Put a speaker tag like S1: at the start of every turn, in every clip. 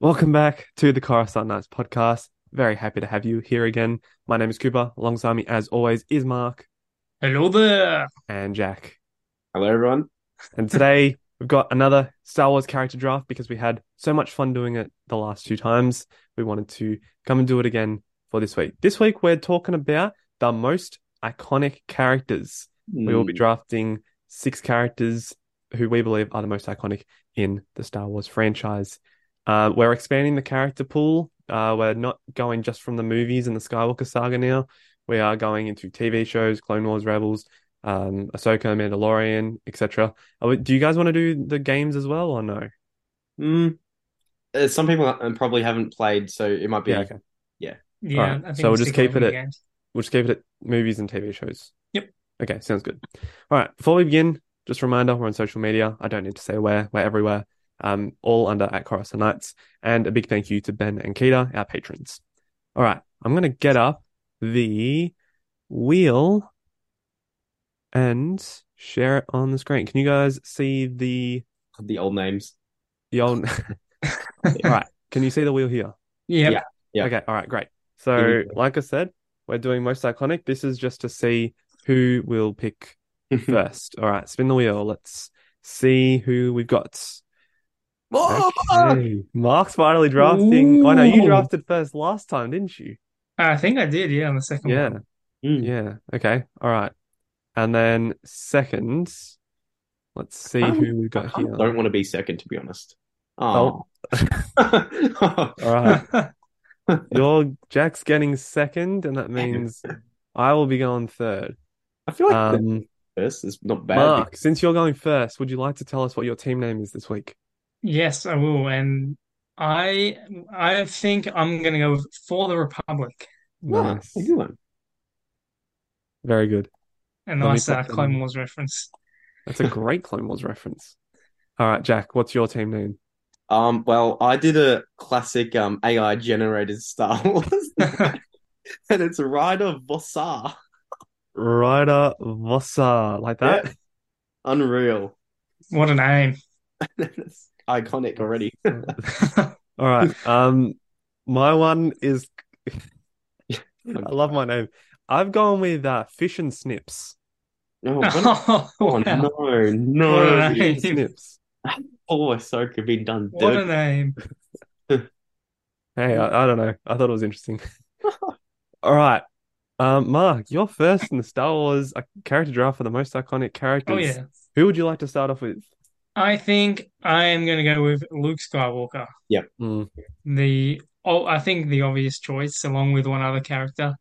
S1: Welcome back to the Coruscant Nights podcast. Very happy to have you here again. My name is Cooper. Alongside me, as always, is Mark
S2: Hello there.
S1: and Jack.
S3: Hello, everyone.
S1: And today we've got another Star Wars character draft because we had so much fun doing it the last two times. We wanted to come and do it again for this week. This week we're talking about the most iconic characters. We
S3: Hmm.
S1: will be drafting six characters who we believe are the most iconic in the Star Wars franchise. Uh, we're expanding the character pool. Uh, we're not going just from the movies and the Skywalker saga now. We are going into TV shows, Clone Wars, Rebels, um, Ahsoka, Mandalorian, etc. Are we- Do you guys want to do the games as well or no?
S3: Mm. Uh, some people uh, probably haven't played, so it might be.
S1: Yeah, okay.
S2: Yeah,
S1: Alright,
S2: I think
S1: so we'll just
S2: stick with
S1: keep it
S2: video
S1: at-
S2: games.
S1: We'll just keep it at movies and TV shows.
S2: Yep.
S1: Okay, sounds good. All right. Before we begin, just a reminder we're on social media. I don't need to say where. We're everywhere. Um, all under at Coruscant Nights. And a big thank you to Ben and Keita, our patrons. All right. I'm going to get up the wheel and share it on the screen. Can you guys see the
S3: The old names.
S1: the old? all right. Can you see the wheel here?
S2: Yep.
S3: Yeah. Yeah.
S1: Okay. All right. Great. So,
S3: Here we go.
S1: like I said, we're doing most iconic. This is just to see who will pick
S3: Hmm.
S1: first. All right. Spin the wheel. Let's see who we've got.
S3: Oh!
S1: Okay. Mark's finally drafting. Oh, no. You
S2: Ooh.
S1: drafted first last time, didn't you?
S2: I think I did. Yeah, on the
S3: Oh,
S2: second
S1: Yeah.
S2: one.
S3: Mm.
S1: Yeah. Okay. All right. And then second, let's see
S3: Um,
S1: who we've
S3: I
S1: got
S3: kind
S1: here.
S3: of don't want to be second, to be honest.
S1: Oh.
S3: Oh.
S1: All right. Your Jack's getting second, and that means I will be going third.
S3: I feel like the
S1: Um,
S3: first is not bad.
S1: Mark, since you're going first, would you like to tell us what your team name is this week?
S2: yes, I will. And I, I think I'm gonna go with for the Republic,
S3: Yeah,
S1: Nice.
S3: a good one.
S1: Very good.
S2: a
S1: Let me
S2: nice uh,
S1: pop in.
S2: Clone Wars reference.
S1: That's a great Clone Wars reference. All right, Jack, what's your team name?
S3: Um, well, I did a classic um AI generated Star Wars, and it's Rider Vossar.
S1: Ryder Vossa. Like that?
S3: Unreal.
S2: What a name!
S3: It's iconic already.
S1: All right. Um, my one is, I
S3: Oh,
S1: love my name. I've gone with uh, Fish and Snips.
S3: what a- oh,
S2: wow.
S3: no,
S2: What a
S3: no.
S2: name.
S1: Fish and Snips.
S3: Oh, Ahsoka have been done
S2: What
S3: dirty.
S2: a name!
S1: Hey, I, I don't know. I thought it was interesting. All right. Um, Mark, you're first in the Star Wars uh, character draft for the most iconic characters.
S2: Oh yeah.
S1: Who would you like to start off with?
S2: I think I am gonna go with Luke Skywalker.
S1: Mm,
S2: The oh, I think the obvious choice, along with one other character,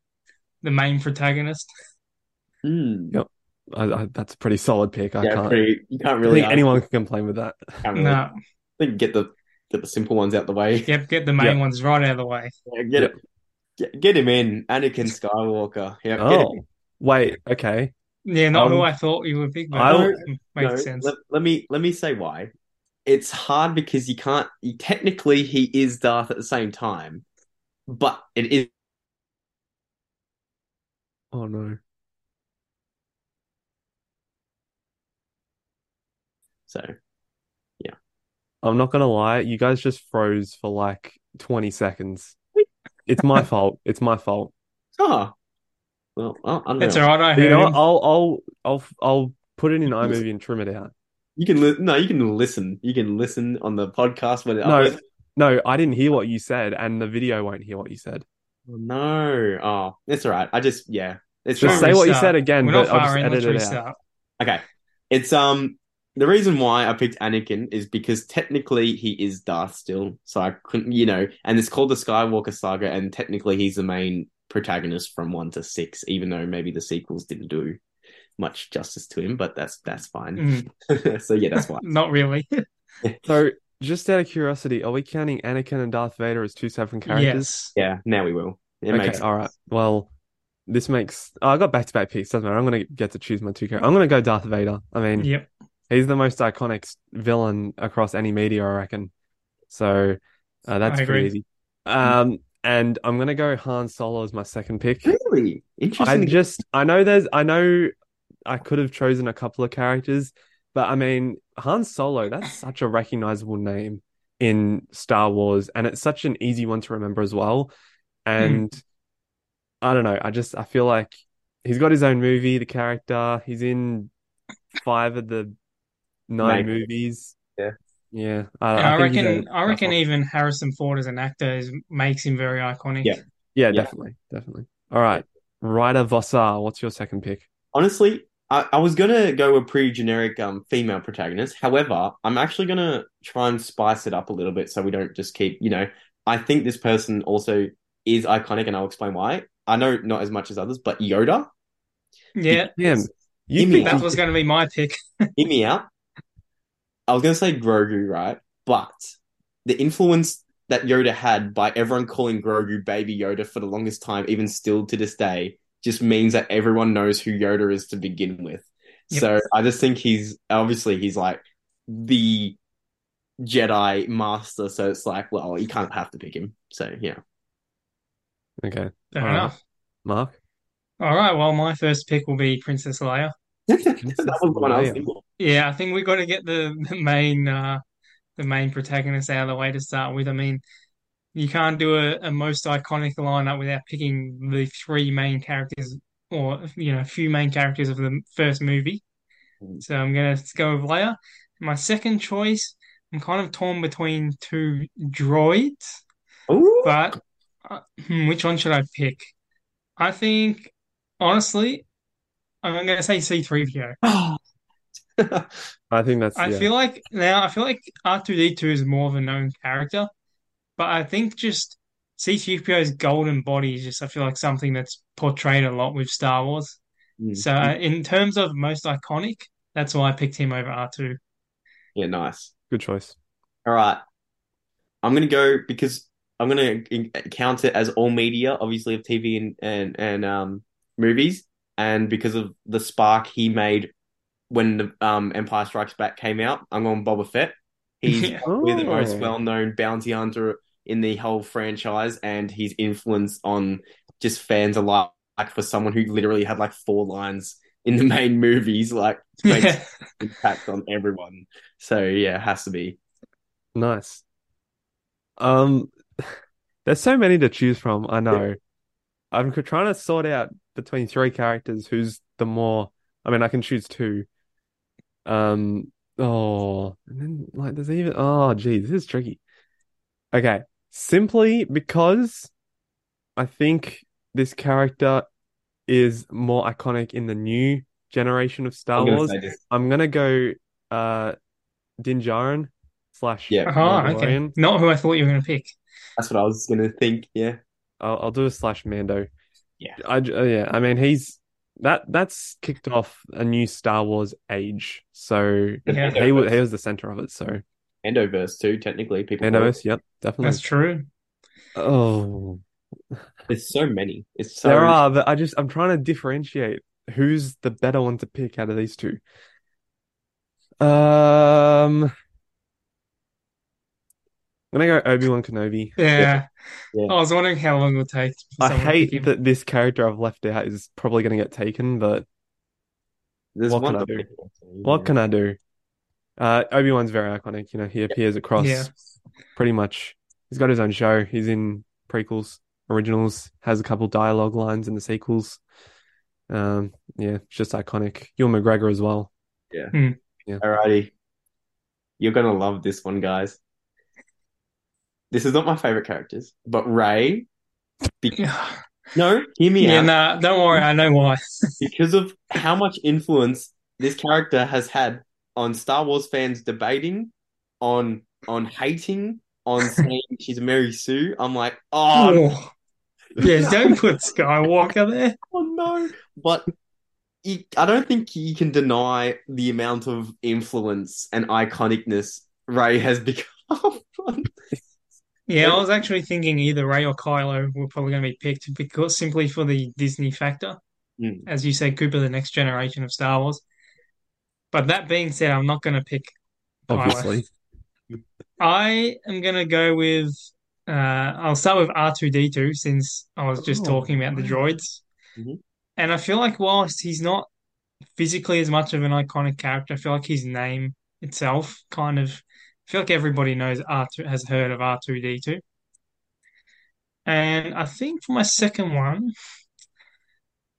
S2: the main protagonist.
S3: Mm.
S1: I, I, that's a pretty solid pick. Hmm. I
S3: yeah,
S1: can't.
S3: pretty, you can't
S1: I
S3: really.
S1: think anyone can complain with that.
S3: Can't really.
S2: No,
S3: I think get the get the simple ones out the way.
S2: Yep, get the main
S1: Yeah.
S2: ones right out of the way.
S3: Yeah, get it. Get, get him in, Anakin Skywalker. Yeah, get him.
S1: Oh, wait. Okay.
S2: Yeah, not who
S1: Um,
S2: I thought you would pick, but
S1: I
S3: don't-
S2: makes
S3: No,
S2: sense.
S3: Let, let me let me say why. It's hard because you can't. You, technically, he is Darth at the same time, but it is
S1: Oh no.
S3: so.
S1: I'm not gonna lie. You guys just froze for like 20 seconds. It's my fault. It's my fault.
S3: Oh, well, oh, I don't
S2: It's
S3: know.
S2: all right. I
S1: You
S2: heard
S1: know, what?
S2: him.
S1: I'll I'll I'll I'll put it in iMovie and trim it out.
S3: You can li- no, you can listen. You can listen on the podcast when it
S1: No.
S3: uploads.
S1: No, I didn't hear what you said, and the video won't hear what you said.
S3: Oh, no, oh, it's all right. I just yeah, it's
S1: Just
S3: fine.
S1: say what you
S2: restart.
S1: said again,
S2: We're
S1: but
S2: not
S1: I'll just
S2: far in.
S1: edit
S2: Let's
S1: it out.
S2: restart.
S3: Okay. It's um the reason why I picked Anakin is because technically he is Darth still, so I couldn't, you know, and it's called the Skywalker saga, and technically he's the main protagonist from one to six, even though maybe the sequels didn't do much justice to him, but that's that's fine.
S2: Mm,
S3: so yeah, that's why.
S2: not really.
S1: So, just out of curiosity, are we counting Anakin and Darth Vader as two separate characters?
S2: Yes.
S3: Yeah, now we will. It
S1: okay,
S3: makes
S1: all right. Well, this makes. Oh, I got back to back picks. Doesn't matter. I'm gonna get to choose my two characters. I'm gonna go Darth Vader. I mean,
S2: Yep.
S1: he's the most iconic s- villain across any media, I reckon. So uh, that's
S2: I
S1: pretty
S2: agree.
S1: easy. Um, and I'm gonna go Han Solo as my second pick.
S3: really
S1: I
S3: interesting.
S1: just, I know there's, I know I could have chosen a couple of characters, but I mean, Han Solo, that's such a recognizable name. in Star Wars, and it's such an easy one to remember as well. And I don't know, I just I feel like he's got his own movie, the character. He's in five of the nine
S3: Mate.
S1: movies.
S3: Yeah.
S1: yeah. uh, I,
S2: I,
S1: think he's
S2: reckon
S1: a-
S2: I reckon even Harrison Ford as an actor is, makes him very iconic.
S3: Yeah.
S1: Yeah,
S3: Yeah.
S1: definitely, definitely. All right, Ryder Vossar, what's your second pick?
S3: Honestly, I, I was gonna go with pretty generic um female protagonist. However, I'm actually gonna try and spice it up a little bit so we don't just keep, you know, I think this person also is iconic and I'll explain why. I know not as much as others, but Yoda,
S2: Yeah,
S1: Yeah, you
S3: Give me
S1: think
S2: that was going to be my pick.
S3: hear me out. I was gonna say Grogu, right? But the influence that Yoda had by everyone calling Grogu baby Yoda for the longest time, even still to this day, just means that everyone knows who Yoda is to begin with.
S2: Yep.
S3: So I just think he's obviously he's like the Jedi master, so it's like, well, you can't have to pick him. So yeah.
S1: okay,
S2: Fair
S1: All right.
S2: enough.
S1: Mark?
S2: All right. Well, my first pick will be Princess Leia.
S3: that was the one I was thinking.
S2: Yeah, I think we got to get the, the main uh, the main protagonist out of the way to start with. I mean, you can't do a, a most iconic lineup without picking the three main characters, or you know, a few main characters of the first movie.
S3: Mm.
S2: So I'm gonna go with Leia. My second choice, I'm kind of torn between two droids,
S3: Ooh.
S2: but uh, hmm, which one should I pick? I think honestly, I'm gonna say C-3PO.
S1: I think that's
S2: I
S1: yeah.
S2: feel like now I feel like R2D2 is more of a known character, but I think just C3PO's golden body is just I feel like something that's portrayed a lot with Star Wars.
S3: Mm.
S2: So
S1: Mm-hmm.
S2: uh, in terms of most iconic, that's why I picked him over R2.
S3: yeah, nice.
S1: good choice.
S3: All right. I'm gonna go because I'm gonna in- count it as all media, obviously of TV and and, and um movies, and because of the spark he made when the um Empire Strikes Back came out, I'm going Boba Fett. He's
S2: Yeah.
S3: probably the most
S1: Oh.
S3: well-known bounty hunter in the whole franchise, and his influence on just fans alike for someone who literally had like four lines in the main movies, like makes
S2: Yeah.
S3: impact on everyone. So yeah, it has to be.
S1: Nice. Um, there's so many to choose from. I know. I'm c- trying to sort out between three characters who's the more. I mean, I can choose two. Um. Oh, and then like there's even. Oh, gee, this is tricky. Okay, simply because I think this character is more iconic in the new generation of Star
S3: I'm gonna
S1: Wars.
S3: say this.
S1: I'm gonna go uh Din Djarin slash
S3: Yeah.
S2: Oh, okay.
S1: Mandalorian.
S2: Not who I thought you were going to pick.
S3: That's what I was gonna think. Yeah.
S1: I'll, I'll do a slash Mando.
S3: Yeah.
S1: I j- uh, yeah. I mean, he's that that's kicked off a new Star Wars age. So
S2: Yeah.
S1: he was he was the center of it. So
S3: Endoverse too. Technically, people.
S1: Mandoverse, yep,
S2: That's
S1: definitely.
S2: true.
S1: Oh,
S3: There's so many. It's so.
S1: there are, but I just I'm trying to differentiate who's the better one to pick out of these two. Um, I'm gonna go Obi Wan Kenobi.
S2: Yeah.
S3: Yeah.
S2: I was wondering how long it would take for
S1: I
S2: someone to pick
S1: hate
S2: him.
S1: that this character I've left out is probably going to get taken, but
S3: There's
S1: What
S3: one
S1: can I do?
S3: other people, too,
S1: what
S3: yeah.
S1: can I do? Uh, Obi Wan's very iconic. You know, he appears across
S2: Yeah.
S1: pretty much. He's got his own show. He's in prequels, originals, has a couple dialogue lines in the sequels. Um, yeah, it's just iconic. Ewan McGregor as well.
S3: Alrighty. You're gonna love this one, guys. This is not my favorite characters, but Ray.
S2: Yeah.
S3: No, hear me
S2: Yeah,
S3: out.
S2: nah, don't worry. I know why.
S3: because of how much influence this character has had on Star Wars fans debating, on on hating, on saying she's Mary Sue. I'm like, oh,
S2: Oh. Yeah, don't put Skywalker there.
S3: oh no! But you, I don't think you can deny the amount of influence and iconicness Ray has become.
S2: Yeah, I was actually thinking either Ray or Kylo were probably going to be picked because simply for the Disney factor.
S3: Mm.
S2: As you said, Cooper, the next generation of Star Wars. But that being said, I'm not going to pick Kylo.
S1: Obviously,
S2: I am going to go with. Uh, I'll start with R2D2 since I was just
S1: Oh,
S2: talking about the
S1: wow.
S2: droids.
S3: Mhm.
S2: And I feel like whilst he's not physically as much of an iconic character, I feel like his name itself kind of feel like everybody knows R2 has heard of R2D2. And I think for my second one,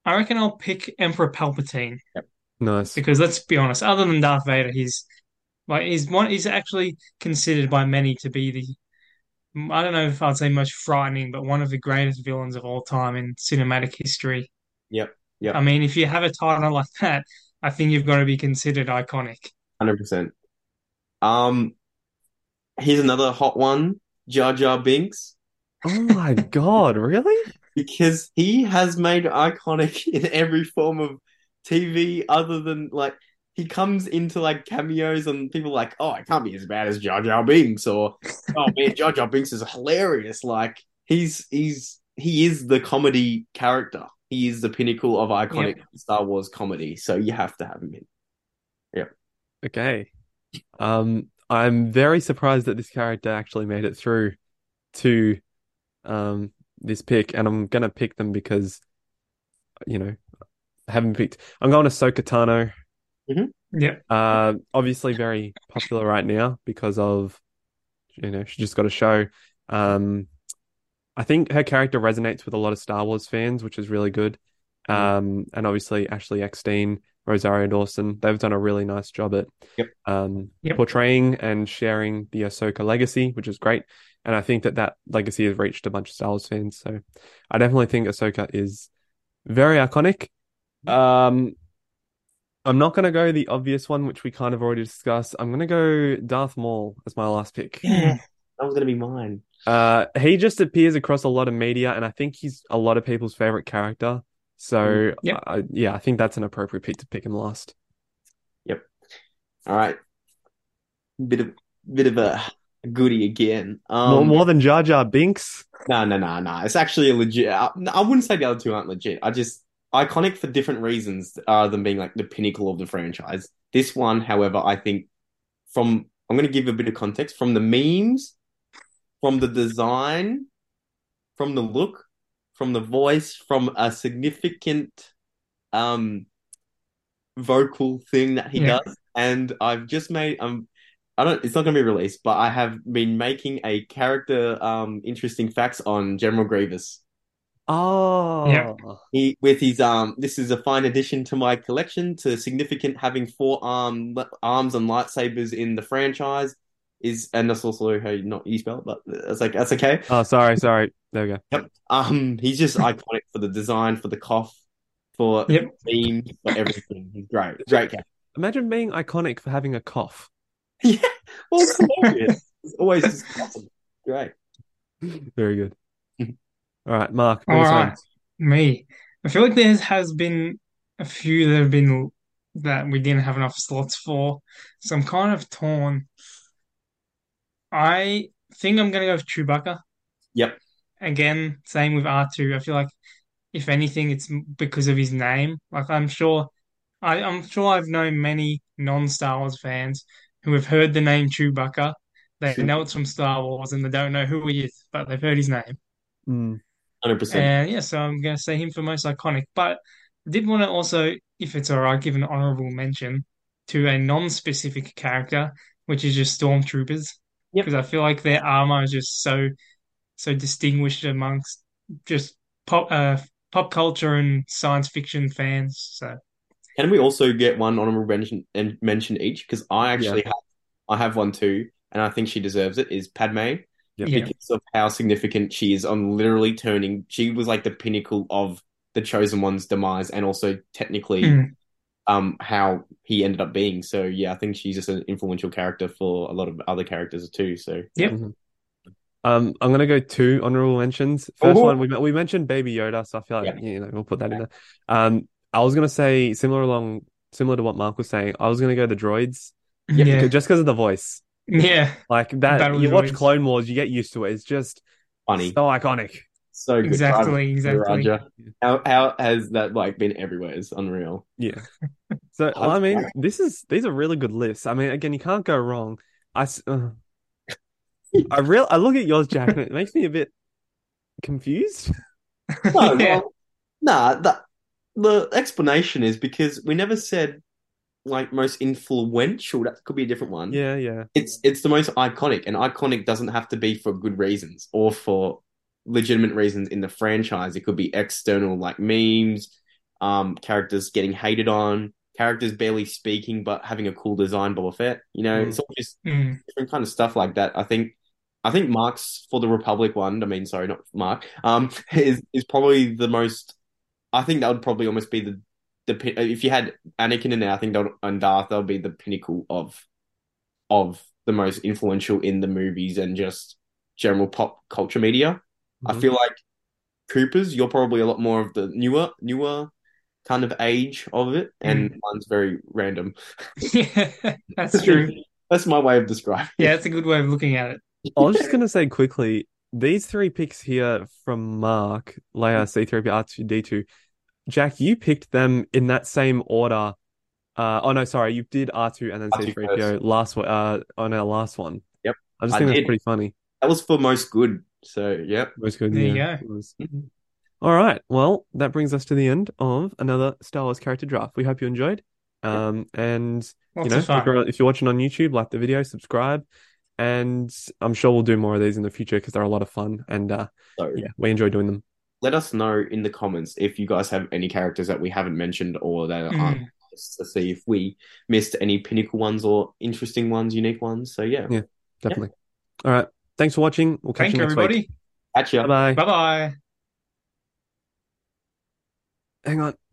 S2: I reckon I'll pick Emperor Palpatine
S1: Nice.
S2: because let's be honest, other than Darth Vader, he's like he's one. He's actually considered by many to be the I don't know if I'd say most frightening, but one of the greatest villains of all time in cinematic history.
S3: Yep, yep.
S2: I mean, if you have a title like that, I think you've got to be considered iconic.
S3: Hundred percent. Um, here's another hot one: Jar Jar Binks,
S1: Oh my god, really?
S3: because he has made iconic in every form of TV, other than like he comes into like cameos and people are like, oh, I can't be as bad as Jar Jar Binks, or oh man, Jar Jar Binks is hilarious. Like he's he's he is the comedy character. He is the pinnacle of iconic Star Wars comedy. So you have to have him in.
S1: Okay. Um, I'm very surprised that this character actually made it through to um this pick, and I'm gonna pick them because you know I haven't picked. I'm going to Ahsoka Tano.
S2: Yep.
S1: Uh, obviously very popular right now because of you know she just got a show. Um, I think her character resonates with a lot of Star Wars fans, which is really good. Um, and obviously Ashley Eckstein, Rosario Dawson, they've done a really nice job at
S3: Yep.
S1: um
S2: Yep.
S1: portraying and sharing the Ahsoka legacy, which is great. And I think that that legacy has reached a bunch of Star Wars fans. So I definitely think Ahsoka is very iconic. Um, I'm not going to go the obvious one, which we kind of already discussed. I'm going to go Darth Maul as my last pick.
S2: Yeah.
S3: That was gonna be mine.
S1: Uh, he just appears across a lot of media, and I think he's a lot of people's favorite character. So,
S2: Yep.
S1: I- I- yeah, I think that's an appropriate pick to pick him last.
S3: All right. Bit of bit of a goodie again.
S1: more,
S3: Um
S1: more than Jar Jar Binks.
S3: no no no no. It's actually a legit I, I wouldn't say the other two aren't legit. I just iconic for different reasons uh than being like the pinnacle of the franchise. This one, however, I think from I'm gonna give a bit of context from the memes, from the design, from the look, from the voice, from a significant um vocal thing that he
S2: Yeah.
S3: does. And I've just made um I don't it's not gonna be released, but I have been making a character um interesting facts on General Grievous.
S1: Oh,
S2: Yep.
S3: He with his um this is a fine addition to my collection to significant having four arm arms and lightsabers in the franchise is and that's also how you not you spell it, but that's like that's okay.
S1: oh, sorry, sorry. There we go.
S3: Um, he's just iconic for the design, for the cough, for the
S2: Yep.
S3: meme, for everything. He's great, great guy.
S1: Imagine being iconic for having a cough.
S3: Yeah, well, it's hilarious. It's always just awesome. great.
S1: Very good. All right, Mark.
S2: Mm-hmm. All
S1: nice one.
S2: right, me. I feel like there has been a few that have been that we didn't have enough slots for, so I'm kind of torn. I think I'm gonna go with Chewbacca.
S3: Yep.
S2: Again, same with R2. I feel like if anything, it's because of his name. Like I'm sure, I, I'm sure I've known many non-Star Wars fans who have heard the name Chewbacca. They know it's from Star Wars and they don't know who he is, but they've heard his name.
S1: Mm.
S3: Hundred percent.
S2: And yeah, so I'm going to say him for most iconic. But I did want to also, if it's all right, give an honorable mention to a non-specific character, which is just stormtroopers,
S3: Yep.
S2: because I feel like their armor is just so so distinguished amongst just pop uh, pop culture and science fiction fans. So
S3: Can we also get one honorable mention and mention each? Because I actually have, I have one too, and I think she deserves it. Is Padme
S1: Yep.
S2: yeah,
S3: because of how significant she is on literally turning? She was like the pinnacle of the chosen one's demise, and also technically,
S2: Mm.
S3: um, how he ended up being. So yeah, I think she's just an influential character for a lot of other characters too. So
S1: Mm-hmm. Um, I'm gonna go two honorable mentions. First
S3: Ooh.
S1: one we we mentioned Baby Yoda, so I feel like
S3: Yeah.
S1: you know we'll put that in there. Um, I was gonna say similar along similar to what Mark was saying. I was gonna go the droids,
S2: yeah, yeah,
S1: because- just because of the voice. Like that,
S2: Battle
S1: you watch
S2: droids.
S1: Clone Wars, you get used to it. It's just
S3: funny,
S1: so iconic.
S3: so good.
S2: exactly, exactly.
S3: Raja. How how has that like been everywhere? It's unreal.
S1: Yeah. So
S3: I-
S1: I mean, this is these are really good lists. I mean, again, you can't go wrong. I s- uh, I real I look at yours, Jack, and it makes me a bit confused.
S2: Yeah.
S3: No, well, nah, the, the explanation is because we never said like most influential. That could be a different one.
S1: Yeah, yeah.
S3: It's it's the most iconic, and iconic doesn't have to be for good reasons or for legitimate reasons in the franchise. It could be external, like memes, um, characters getting hated on, characters barely speaking but having a cool design. Boba Fett, you know,
S1: Mm.
S3: it's all just
S2: Mm.
S3: different kind of stuff like that. I think I think Mark's for the Republic one. I mean, sorry, not Mark. Um, is is probably the most. I think that would probably almost be the the pin- if you had Anakin in there, I think that would, and Darth that would be the pinnacle of of the most influential in the movies and just general pop culture media. I
S2: Mm-hmm.
S1: Mhm.
S3: feel like Coopers, you're probably a lot more of the newer newer kind of age of it, and mine's very random.
S2: Yeah, Mm. that's true.
S3: That's my way of describing. it.
S2: Yeah, that's a good way of looking at it.
S1: I was just gonna say quickly, these three picks here from Mark, Leia, C three P, R two D two. Jack, you picked them in that same order. Uh, oh no, sorry, you did R two and then
S3: R2
S1: C three PO last one, uh, on our last one.
S3: Yep,
S1: I just
S3: I
S1: think that's
S3: did.
S1: pretty funny.
S3: That was for most good. So, yeah.
S1: Most good,
S2: There you
S1: yeah,
S2: go.
S1: it was. All right. Well, that brings us to the end of another Star Wars character draft. We hope you enjoyed. Um, and
S2: Lots
S1: you know,
S2: of
S1: if you're,
S2: fun.
S1: if you're watching on YouTube, like the video, subscribe, and I'm sure we'll do more of these in the future because they're a lot of fun, and uh,
S3: So,
S1: yeah, we enjoy doing them.
S3: let us know in the comments if you guys have any characters that we haven't mentioned or that aren't
S2: Mm.
S3: just to see if we missed any pinnacle ones or interesting ones, unique ones. So, yeah.
S1: Yeah. Definitely. All right. Thanks for watching. We'll catch
S2: Thank
S1: you
S2: you,
S1: next
S2: everybody.
S1: week.
S3: Catch ya.
S1: Bye bye.
S2: Bye bye.
S1: Hang on.